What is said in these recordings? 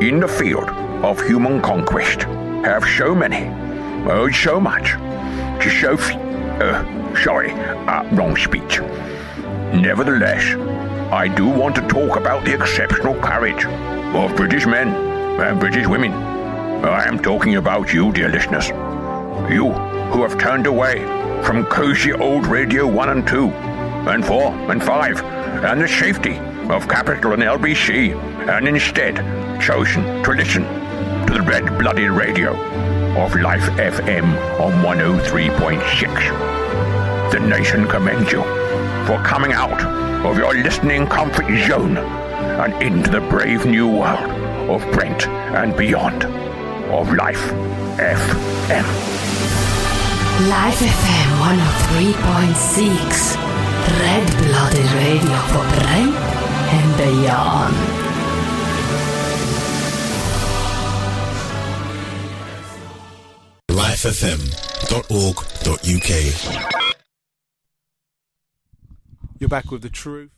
in the field of human conquest have so many, oh, so much, to show. F- uh, sorry, uh, wrong speech. Nevertheless, I do want to talk about the exceptional courage of British men and British women. I am talking about you, dear listeners. You who have turned away from cozy old Radio 1 and 2, and 4 and 5, and the safety of Capital and LBC, and instead chosen to listen to the red blooded radio of Life FM on 103.6. The nation commends you for coming out of your listening comfort zone and into the brave new world of Brent and beyond of Life FM. Life FM 103.6 Red Blooded Radio for Brent and beyond. lifefm.org.uk. You're back with the truth.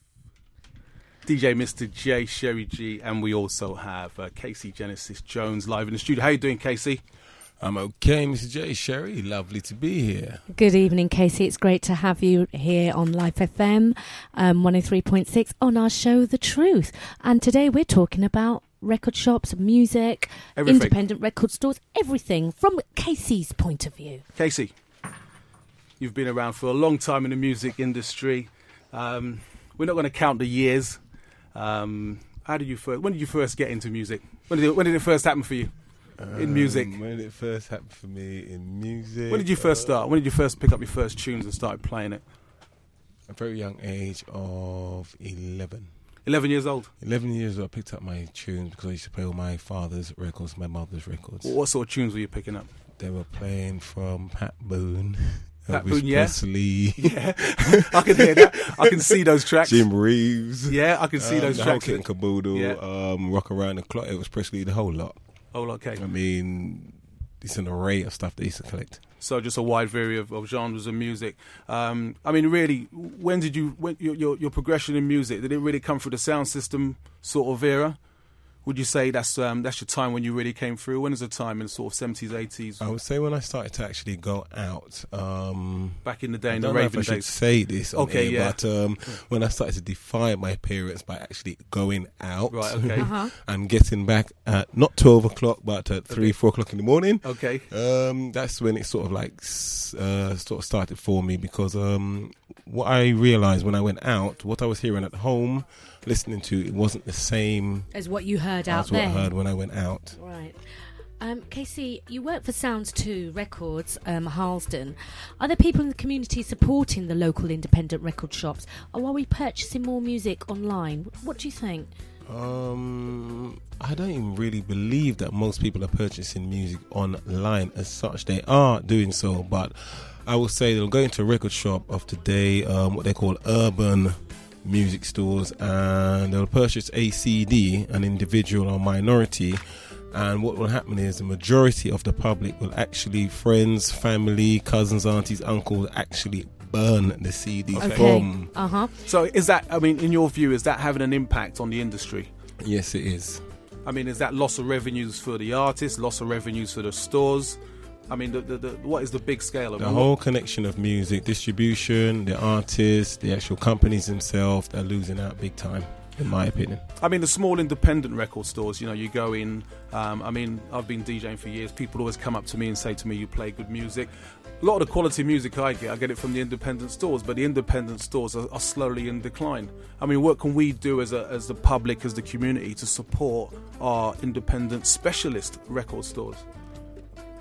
DJ Mr. J, Sherry G, and we also have uh, Casey Genesis Jones live in the studio. How you doing, Casey? I'm okay, Mr. J. Sherry, lovely to be here. Good evening, Casey. It's great to have you here on Life FM um, 103.6 on our show, The Truth. And today we're talking about record shops, music, Everything. independent record stores, everything from Casey's point of view. Casey, you've been around for a long time in the music industry. Um, we're not going to count the years. Um, how did you first? When did you first get into music? When did it, when did it first happen for you in music? Um, when it first happened for me in music. uh, When did you first start? When did you first pick up your first tunes and started playing it? A very young age of 11. Eleven years old. 11 years old, I picked up my tunes because I used to play all my father's records, my mother's records. What sort of tunes were you picking up? They were playing from Pat Boone, Pat Elvis Boone, yeah. Presley, Yeah, I can hear that. I can see those tracks. Jim Reeves. Yeah, I can see um, those the tracks. Whole kit and caboodle, Yeah. um, Rock Around the Clock, it was Presley, the whole lot. Oh, okay. I mean, it's an array of stuff they used to collect. So just a wide variety of, of genres of music. Um, I mean, really, when did you when, your, your your progression in music? Did it really come through the sound system sort of era? Would you say that's um, that's your time when you really came through? When is the time in sort of seventies, eighties, I would say when I started to actually go out, um, back in the day, I in the don't know if I raving should days? say this. on Okay, air, yeah. But um, when I started to defy my parents by actually going out, Right. Okay. and getting back at not twelve o'clock, but at three, four o'clock in the morning. Okay. Um, that's when it sort of like s- uh, sort of started for me because um, what I realized when I went out, what I was hearing at home, listening to, it wasn't the same As what you heard out as what there. I heard when I went out. Right. Um, Casey, you work for Sounds 2 Records, um, Harlesden. Are there people in the community supporting the local independent record shops? Or are we purchasing more music online? What do you think? Um, I don't even really believe that most people are purchasing music online as such. They are doing so, but I will say they'll go into a record shop of today, um, what they call urban music stores, and they'll purchase a CD, an individual or minority. And what will happen is the majority of the public will actually, friends, family, cousins, aunties, uncles, actually burn the CD from. Uh huh. So is that? I mean, in your view, is that having an impact on the industry? Yes, it is. I mean, is that loss of revenues for the artists, loss of revenues for the stores? I mean, the, the, the, what is the big scale of The whole connection of music distribution, the artists, the actual companies themselves are losing out big time, in my opinion. I mean, the small independent record stores, you know, you go in. Um, I mean, I've been DJing for years. People always come up to me and say to me, You play good music. A lot of the quality music I get, I get it from the independent stores, but the independent stores are, are slowly in decline. I mean, what can we do as, a, as the public, as the community, to support our independent specialist record stores?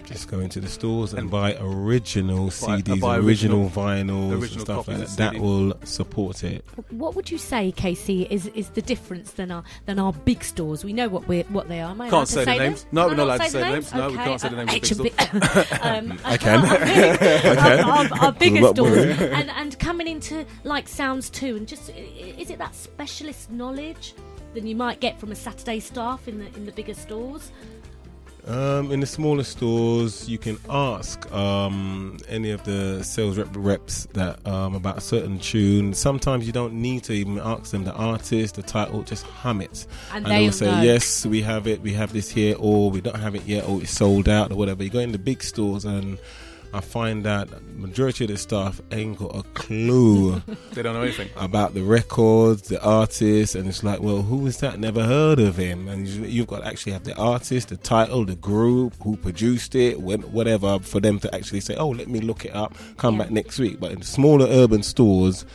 Just go into the stores and, buy original CDs, buy original, original- vinyls, and original stuff like copies that. That of CD. will support it. What would you say, Casey, is, is the difference than our than our big stores? We know what we are what they are. Am I Can't allowed to say the names. them? No, Am we're I not allowed allowed to say the the names. No, we can't say the names of big big um, I can. Our, our, our bigger Well, stores well. and and coming into like Sounds too, and just i- i- is it that specialist knowledge than you might get from a Saturday staff in the in the bigger stores? Um, in the smaller stores, you can ask um, any of the sales rep reps that um, about a certain tune. Sometimes you don't need to even ask them the artist, the title. Just hum it, And they they'll will say know. yes, we have it, we have this here, or we don't have it yet, or it's sold out, or whatever. You go in the big stores and. I find that majority of the staff ain't got a clue They don't know anything. about the records, the artists, and it's like, well, who is that? Never heard of him. And you- you've got to actually have the artist, the title, the group, who produced it, when, whatever, for them to actually say, oh, let me look it up, come Yeah. back next week. But in smaller urban stores,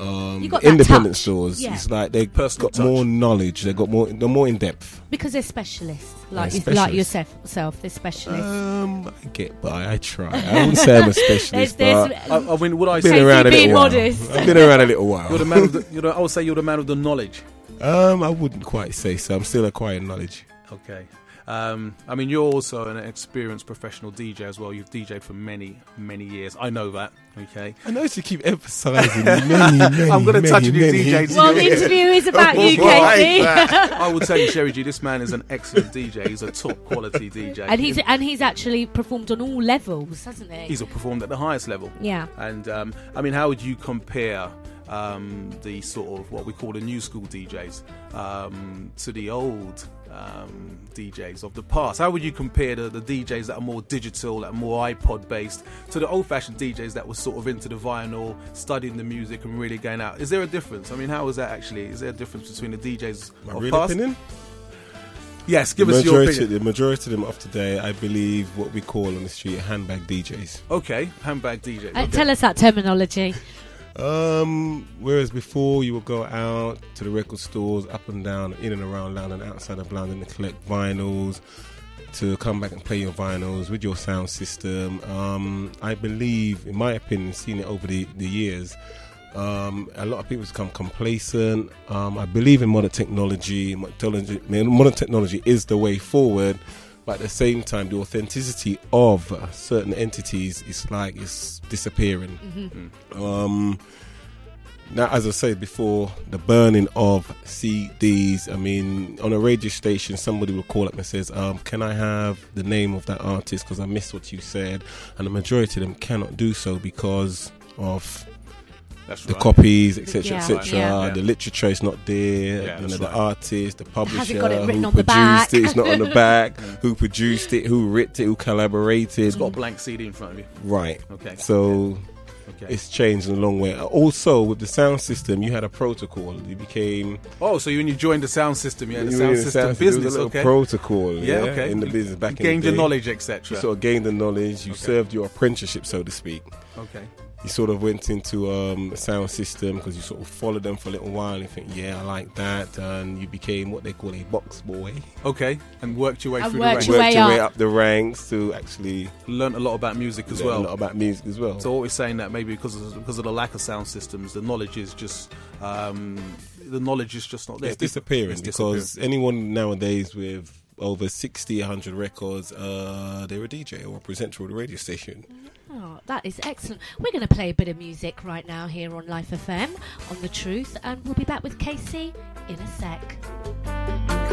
um, You got that independent touch. stores, Yeah. it's like they've Personal got touch. more knowledge, they've got more, they're more in depth. Because they're specialists, like They're you, like specialists. yourself. Self, they're specialists. Um, I get by, I try. I wouldn't say I'm a specialist, but there's, there's, I, I mean, would I I've been say Casey, around a being little while. modest. I've been around a little you're while. the man? Of the, you know, I would say you're the man of the knowledge. Um, I wouldn't quite say so. I'm still acquiring knowledge. Okay. Um, I mean, you're also an experienced professional DJ as well. You've DJed for many, many years. I know that. Okay. I notice you keep emphasizing many, many, I'm gonna many, touch on your many. DJ well, the interview is about you, Casey, I will tell you, Sherry G, this man is an excellent DJ. He's a top quality DJ. and he's and he's actually performed on all levels, hasn't he? he's performed at the highest level. yeah. And um, I mean, how would you compare um, the sort of what we call the new school DJs um, to the old um, DJs of the past? How would you compare the, the DJs that are more digital, that are more iPod based, to the old fashioned DJs that were sort of into the vinyl, studying the music, and really going out? Is there a difference? I mean, how is that actually? Is there a difference between the DJs My of real past? opinion? Yes, give us your majority, opinion. The majority of them of today, I believe, what we call on the street handbag DJs. Okay, handbag DJ. Uh, okay. Tell us that terminology. Um, whereas before you would go out to the record stores, up and down, in and around London, outside of London, to collect vinyls, to come back and play your vinyls with your sound system. Um, I believe, in my opinion, seeing it over the, the years, um, a lot of people become complacent. Um, I believe in modern technology. Modern technology- modern technology is the way forward. But at the same time, the authenticity of certain entities is like it's disappearing. Um, now, as I said before, the burning of CDs. I mean, on a radio station, somebody will call up and says, um, "Can I have the name of that artist? Because I missed what you said." And the majority of them cannot do so because of That's the right. copies, etc., Yeah, etc. yeah. The literature is not there. Yeah, you know, that's the right. artist, the publisher, Hasn't got it written who on the produced back. it, it's not on the back. who produced it? Who writ it? Who collaborated? Got a Mm. blank CD in front of you. Right. Okay. So Okay. it's changed in a long way. Also, with the sound system, you had a protocol. You became Oh, so you, when you joined the sound system, yeah, the you sound were in the system sound system, there was a business, little okay. protocol. yeah, okay. in the You- business back you in gained the day. your knowledge, You etc. sort of gained the knowledge. You Okay. served your apprenticeship, so to speak. okay. You sort of went into um, the sound system because you sort of followed them for a little while and you think, yeah, I like that, and you became what they call a box boy. Okay. And worked your way And through worked the your ranks. way Worked your way up. up the ranks to actually Learned a lot about music learn as a lot well. about music as well. So always saying that maybe because of, because of the lack of sound systems, the knowledge is just um, the knowledge is just not there. it's disappearing It's disappearing. because anyone nowadays with over 60, 100 records, uh, they're a DJ or a presenter with a radio station. Oh, that is excellent. We're going to play a bit of music right now here on Life FM on The Truth, and we'll be back with Casey in a sec.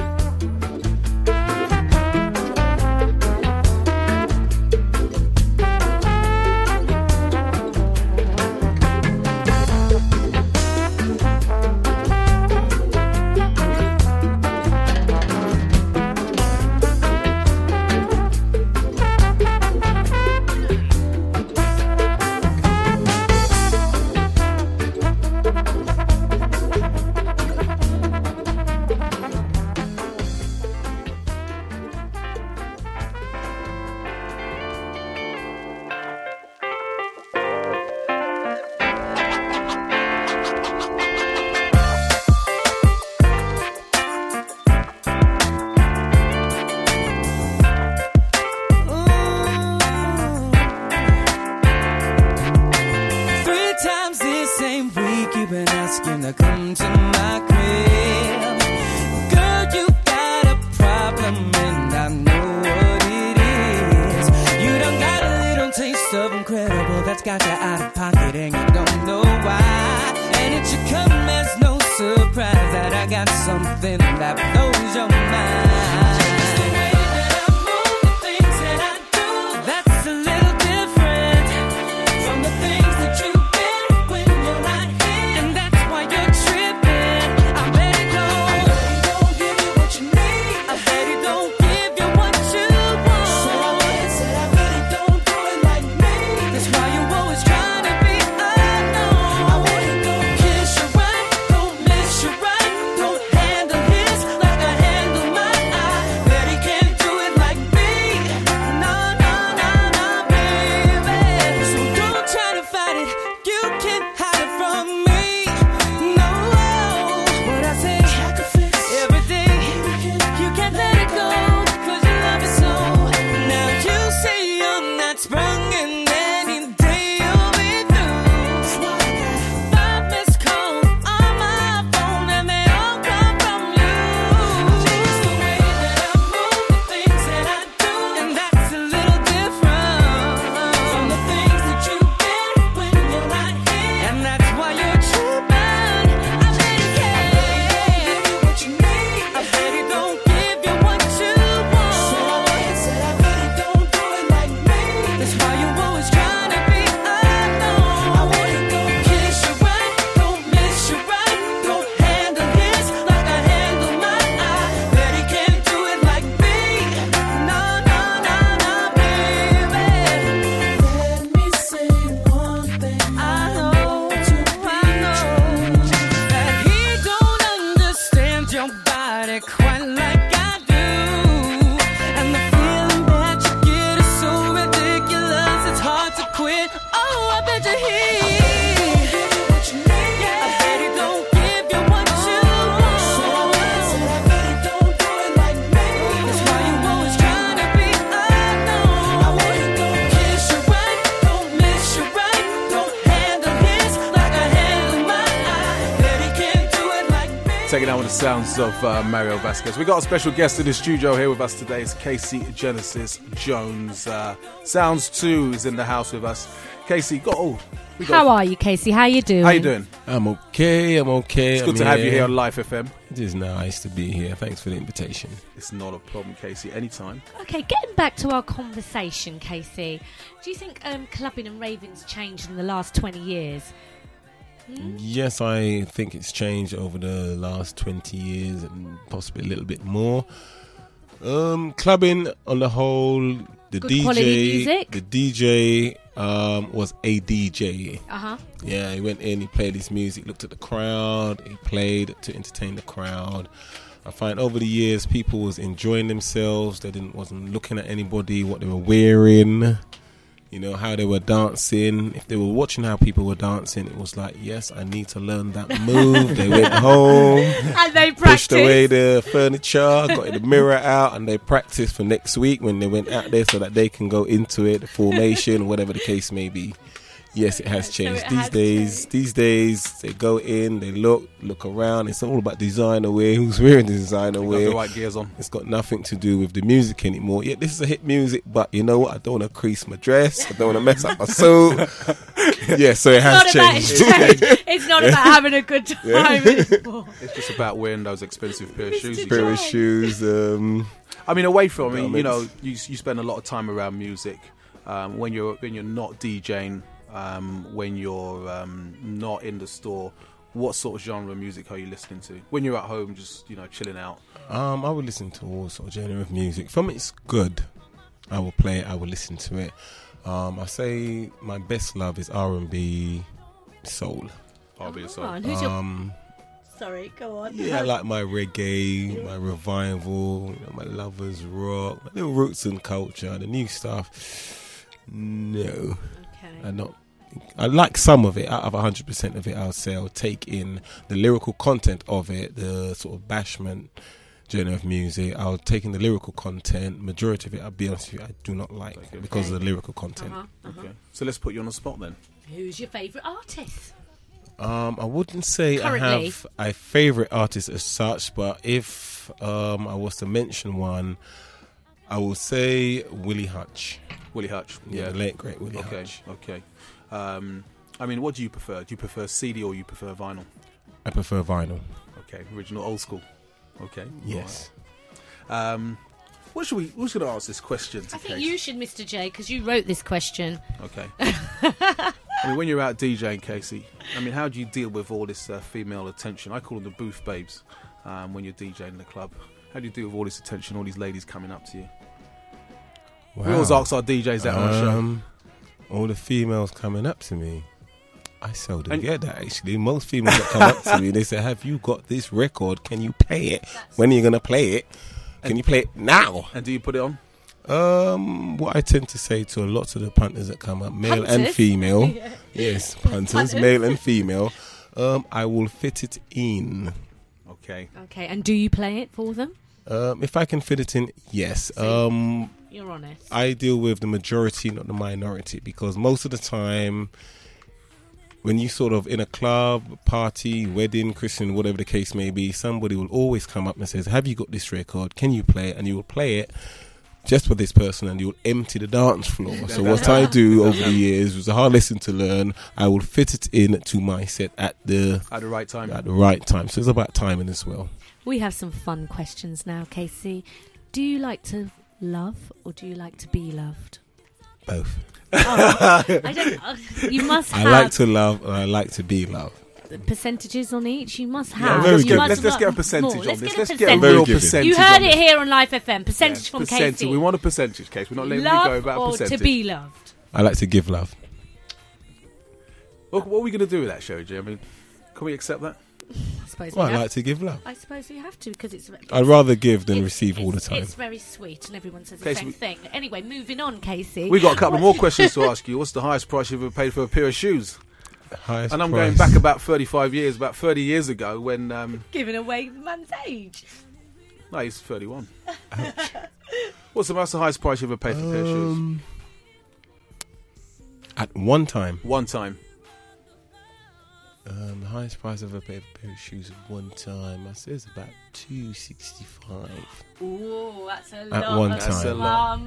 Three times this same week, you've been asking to come to my crib. Girl, you got a problem, and I know what it is. You done got a little taste of incredible that's got you out of pocket, and you don't know why. And it should come as no surprise that I got something that blows your mind. Just the way that I move. Oh, now on the sounds of uh, Mario Vasquez. We got a special guest in the studio here with us today. It's Casey Genesis Jones. Uh, sounds Two is in the house with us. Casey, got oh, we got How are you, Casey? How you doing? how you doing? I'm okay. I'm okay. It's good to have you here on Life FM. It is nice to be here. Thanks for the invitation. It's not a problem, Casey. Anytime. Okay, getting back to our conversation, Casey. Do you think um, clubbing and raving's changed in the last 20 years? Yes, I think it's changed over the last 20 years and possibly a little bit more. Um, clubbing on the whole, the Good DJ, quality music. the DJ um, was a DJ. Uh huh. Yeah, he went in, he played his music, looked at the crowd, he played to entertain the crowd. I find over the years people was enjoying themselves. They didn't wasn't looking at anybody, what they were wearing, you know, how they were dancing. If they were watching how people were dancing, it was like, yes, I need to learn that move. they went home, And they pushed away practice. the furniture, got the mirror out, and they practiced for next week when they went out there so that they can go into it, the formation, whatever the case may be. Yes, it has So it changed. these has days, these days, they go in, they look, look around. It's all about designer wear. Who's wearing the designer Got wear? the right gears on. It's got nothing to do with the music anymore. Yeah, this is a hit music, but you know what? I don't want to crease my dress. I don't want to mess up my suit. yeah, so it has Not about changed. change. It's not about having a good time anymore. It's just about wearing those expensive pair of shoes. you Pair of shoes. Um, I mean, away from I mean, Elements. you know, you you spend a lot of time around music um, when you're when you're not DJing, um, when you're um, not in the store. What sort of genre of music are you listening to when you're at home, just you know, chilling out? Um, I would listen to all sort of genre of music. From it's good, I will play it. I will listen to it. Um, I say my best love is R and B, soul. I'll be Come sorry. on, who's your... Um, Sorry, go on. yeah, I like my reggae, my revival, you know, my lovers rock, my little roots and culture, the new stuff. No, Okay. I not. I like some of it. Out of hundred percent of it, I'll say I'll take in the lyrical content of it, the sort of bashment genre of music. I'll take in the lyrical content. Majority of it, I'll be honest with you, I do not like because of the lyrical content. Uh-huh. Okay. So let's put you on the spot then. Who's your favourite artist? Um, I wouldn't say I Currently. have a favorite artist as such, but if um, I was to mention one, I will say Willie Hutch. Willie Hutch. Yeah, the late great Willie Okay. Hutch. Okay. Um, I mean, what do you prefer? Do you prefer CD or you prefer vinyl? I prefer vinyl. Okay, original, old school. Okay. Yes. All right. Um, what should we? Who's going to ask this question? To I think Kate? you should, Mr. J, because you wrote this question. Okay. I mean, when you're out DJing, Casey, I mean, how do you deal with all this uh, female attention? I call them the booth babes um, when you're DJing in the club. How do you deal with all this attention, all these ladies coming up to you? We always Wow. ask our DJs that on our show. Um, All the females coming up to me. I seldom And- get that actually. Most females that come up to me, they say, Have you got this record? Can you play it? When are you going to play it? Can you play it now? And do you put it on? Um, what I tend to say to a lot of the punters that come up, male and Punters? female, yes, punters, male and female, um, I will fit it in. Okay. Okay, and do you play it for them? Um, if I can fit it in, yes. Um, You're honest. I deal with the majority, not the minority, because most of the time, when you sort of in a club, party, wedding, christening, whatever the case may be, somebody will always come up and says, "Have you got this record? Can you play it?" And you will play it just for this person, and you'll empty the dance floor. So what I do over the years was a hard lesson to learn. I will fit it in to my set at the At the right time. at the right time. So it's about timing as well. We have some fun questions now, Casey. Do you like to love or do you like to be loved? Both. I don't. uh, you must I have like to love, and I like to be loved. percentages on each. You must Yeah, have. very Ah, you good. must let's, let's love get a percentage more. on Let's this. Get Let's a get a percentage. Very real good. percentage. you heard on it this. here on Life FM. Yeah, Percentage from percentage. Casey. We want a percentage, Case. We're not letting you go love about or percentage. to be loved. I like to give love. What, what are we going to do with that show, Jay? I mean, can we accept that? I suppose. Well, we I have like to give love. I suppose we have to because it's. I'd rather give than it's- receive all the it's- time. It's very sweet, and everyone says the Casey, same we- thing. Anyway, moving on, Casey. We got a couple more questions to ask you. What's the highest price you've ever paid for a pair of shoes? Highest And I'm price. going back about 35 years, about 30 years ago when, um, giving away the man's age. no, he's 31. What's the most the highest price you ever paid for a pair of shoes? Um, at one time, One time. Um, the highest price I've ever paid for a pair of shoes at one time, I say it's about two sixty five. Ooh, that's a lot one of time.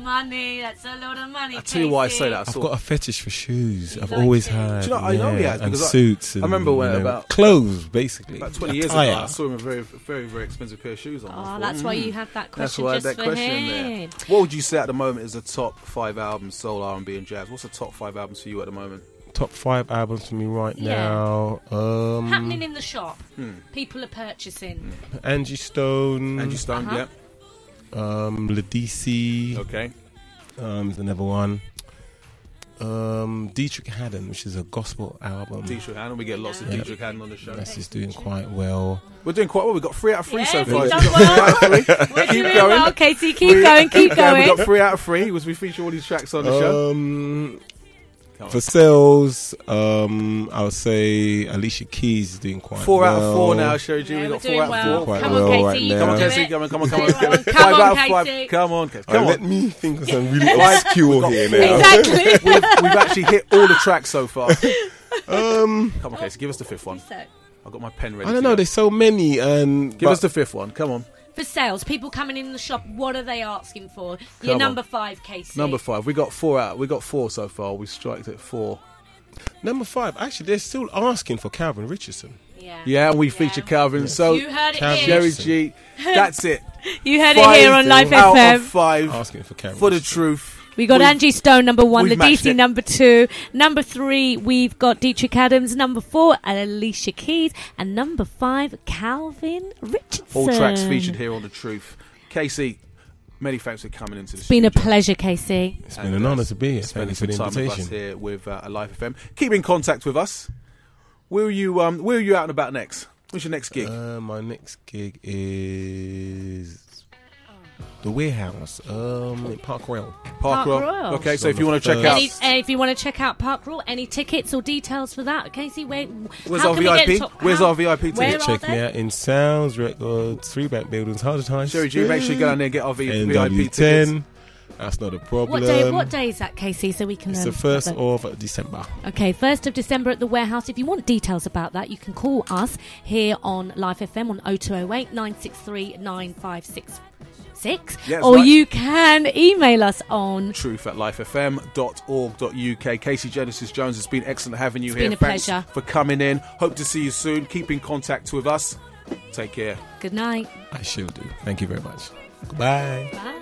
money. That's a lot of money. I tell you why I say that. I I've saw, got a fetish for shoes. You I've like always shoes. had. Do you know, I know he has, and because I- suits. I and, remember when you know, about- clothes, basically. about 20 years ago, Attire. I saw him a very, very, very expensive pair of shoes on. I Oh, thought, that's why "Mm, you had that That's question why I had just that for question him. there. What would you say at the moment is the top five albums, soul, R&B, and jazz? What's the top five albums for you at the moment? Top five albums for me right Yeah. now. Um, Happening in the shop. Hmm. People are purchasing. Angie Stone. Angie Stone, Uh-huh. Um, Ladisi. yeah. Okay. Um, is another one. Um, Dietrich Haddon, which is a gospel album. Dietrich Hannon. We get lots of Yeah. Dietrich Hannon on the show. That's just doing quite well. We're doing quite well. We've got three out of three Yes, so far. we've done well. We've got three. You're keep doing going. well, Casey. Keep We- going. Keep Yeah, going. we got three out of three. Was we feature all these tracks on the show? Um, Come on. for sales, um, I would say Alicia Keys is doing quite Four well. out of four now, Shoji. Yeah, we we're got doing four out well. of Quite four. Come well on, right Casey. you now. Come on, can do Casey. it. Come on, come on, come Do on. it. Five Come on, out of five. Casey. Come on, Casey. All right, Come let on. me think of some really obscure here now. Exactly. We've, we've actually hit all the tracks so far. Um, Come on, Casey. Give us the fifth one. I've got my pen ready. I don't for know. you. There's so many, and Give but us the fifth one. Come on. For sales, people coming in the shop, what are they asking for? Come Your on. number five, Casey. Number five. We got four out. We got four so far. We striked at four. number five. Actually, they're still asking for Calvin Richardson. Yeah. Yeah, and we feature oh, Calvin. So, You heard it Cam- here. Jerry G. That's it. You heard Five it here on Life out FM. of five Asking for Calvin for the Richardson. truth. We got We've- Angie Stone number one, we've the matched DC it. number two, number three we've got Dietrich Adams, number four Alicia Keys, and number five Calvin Richardson. All tracks featured here on the truth. Casey, many thanks for coming into the uh, It's been a pleasure, Casey. It's been an honour to be here. Thank Spending you for some the time with us invitation. here with uh, Alive FM. Keep in contact with us. Where are you? Um, where are you out and about next? What's your next gig? Uh, my next gig is the Warehouse, um, in Park Royal. Park Royal. Okay, It's so on if you the want to check first. out, Any, uh, if you want to check out Park Rule, any tickets or details for that, Casey? Wait, where's how our can we get VIP? top- Where's how- our VIP Where ticket? are Check me they? out in Sounds Records, Three Back Buildings, Hard Times. Sherry G, make sure you go down there and get our V- VIP tickets. NW10. That's not a problem. What day? What day is that, Casey? So we can. It's learn the first about that. of December. Okay, 1st of December at the warehouse. If you want details about that, you can call us here on Live FM on 0208 963 9566. Yes, or right. you can email us on. Truth at lifefm.org.uk. Casey Genesis Jones, it's been excellent having you It's here. been a Thanks pleasure. for coming in. Hope to see you soon. Keep in contact with us. Take care. Good night. I shall do. Thank you very much. Goodbye. Bye.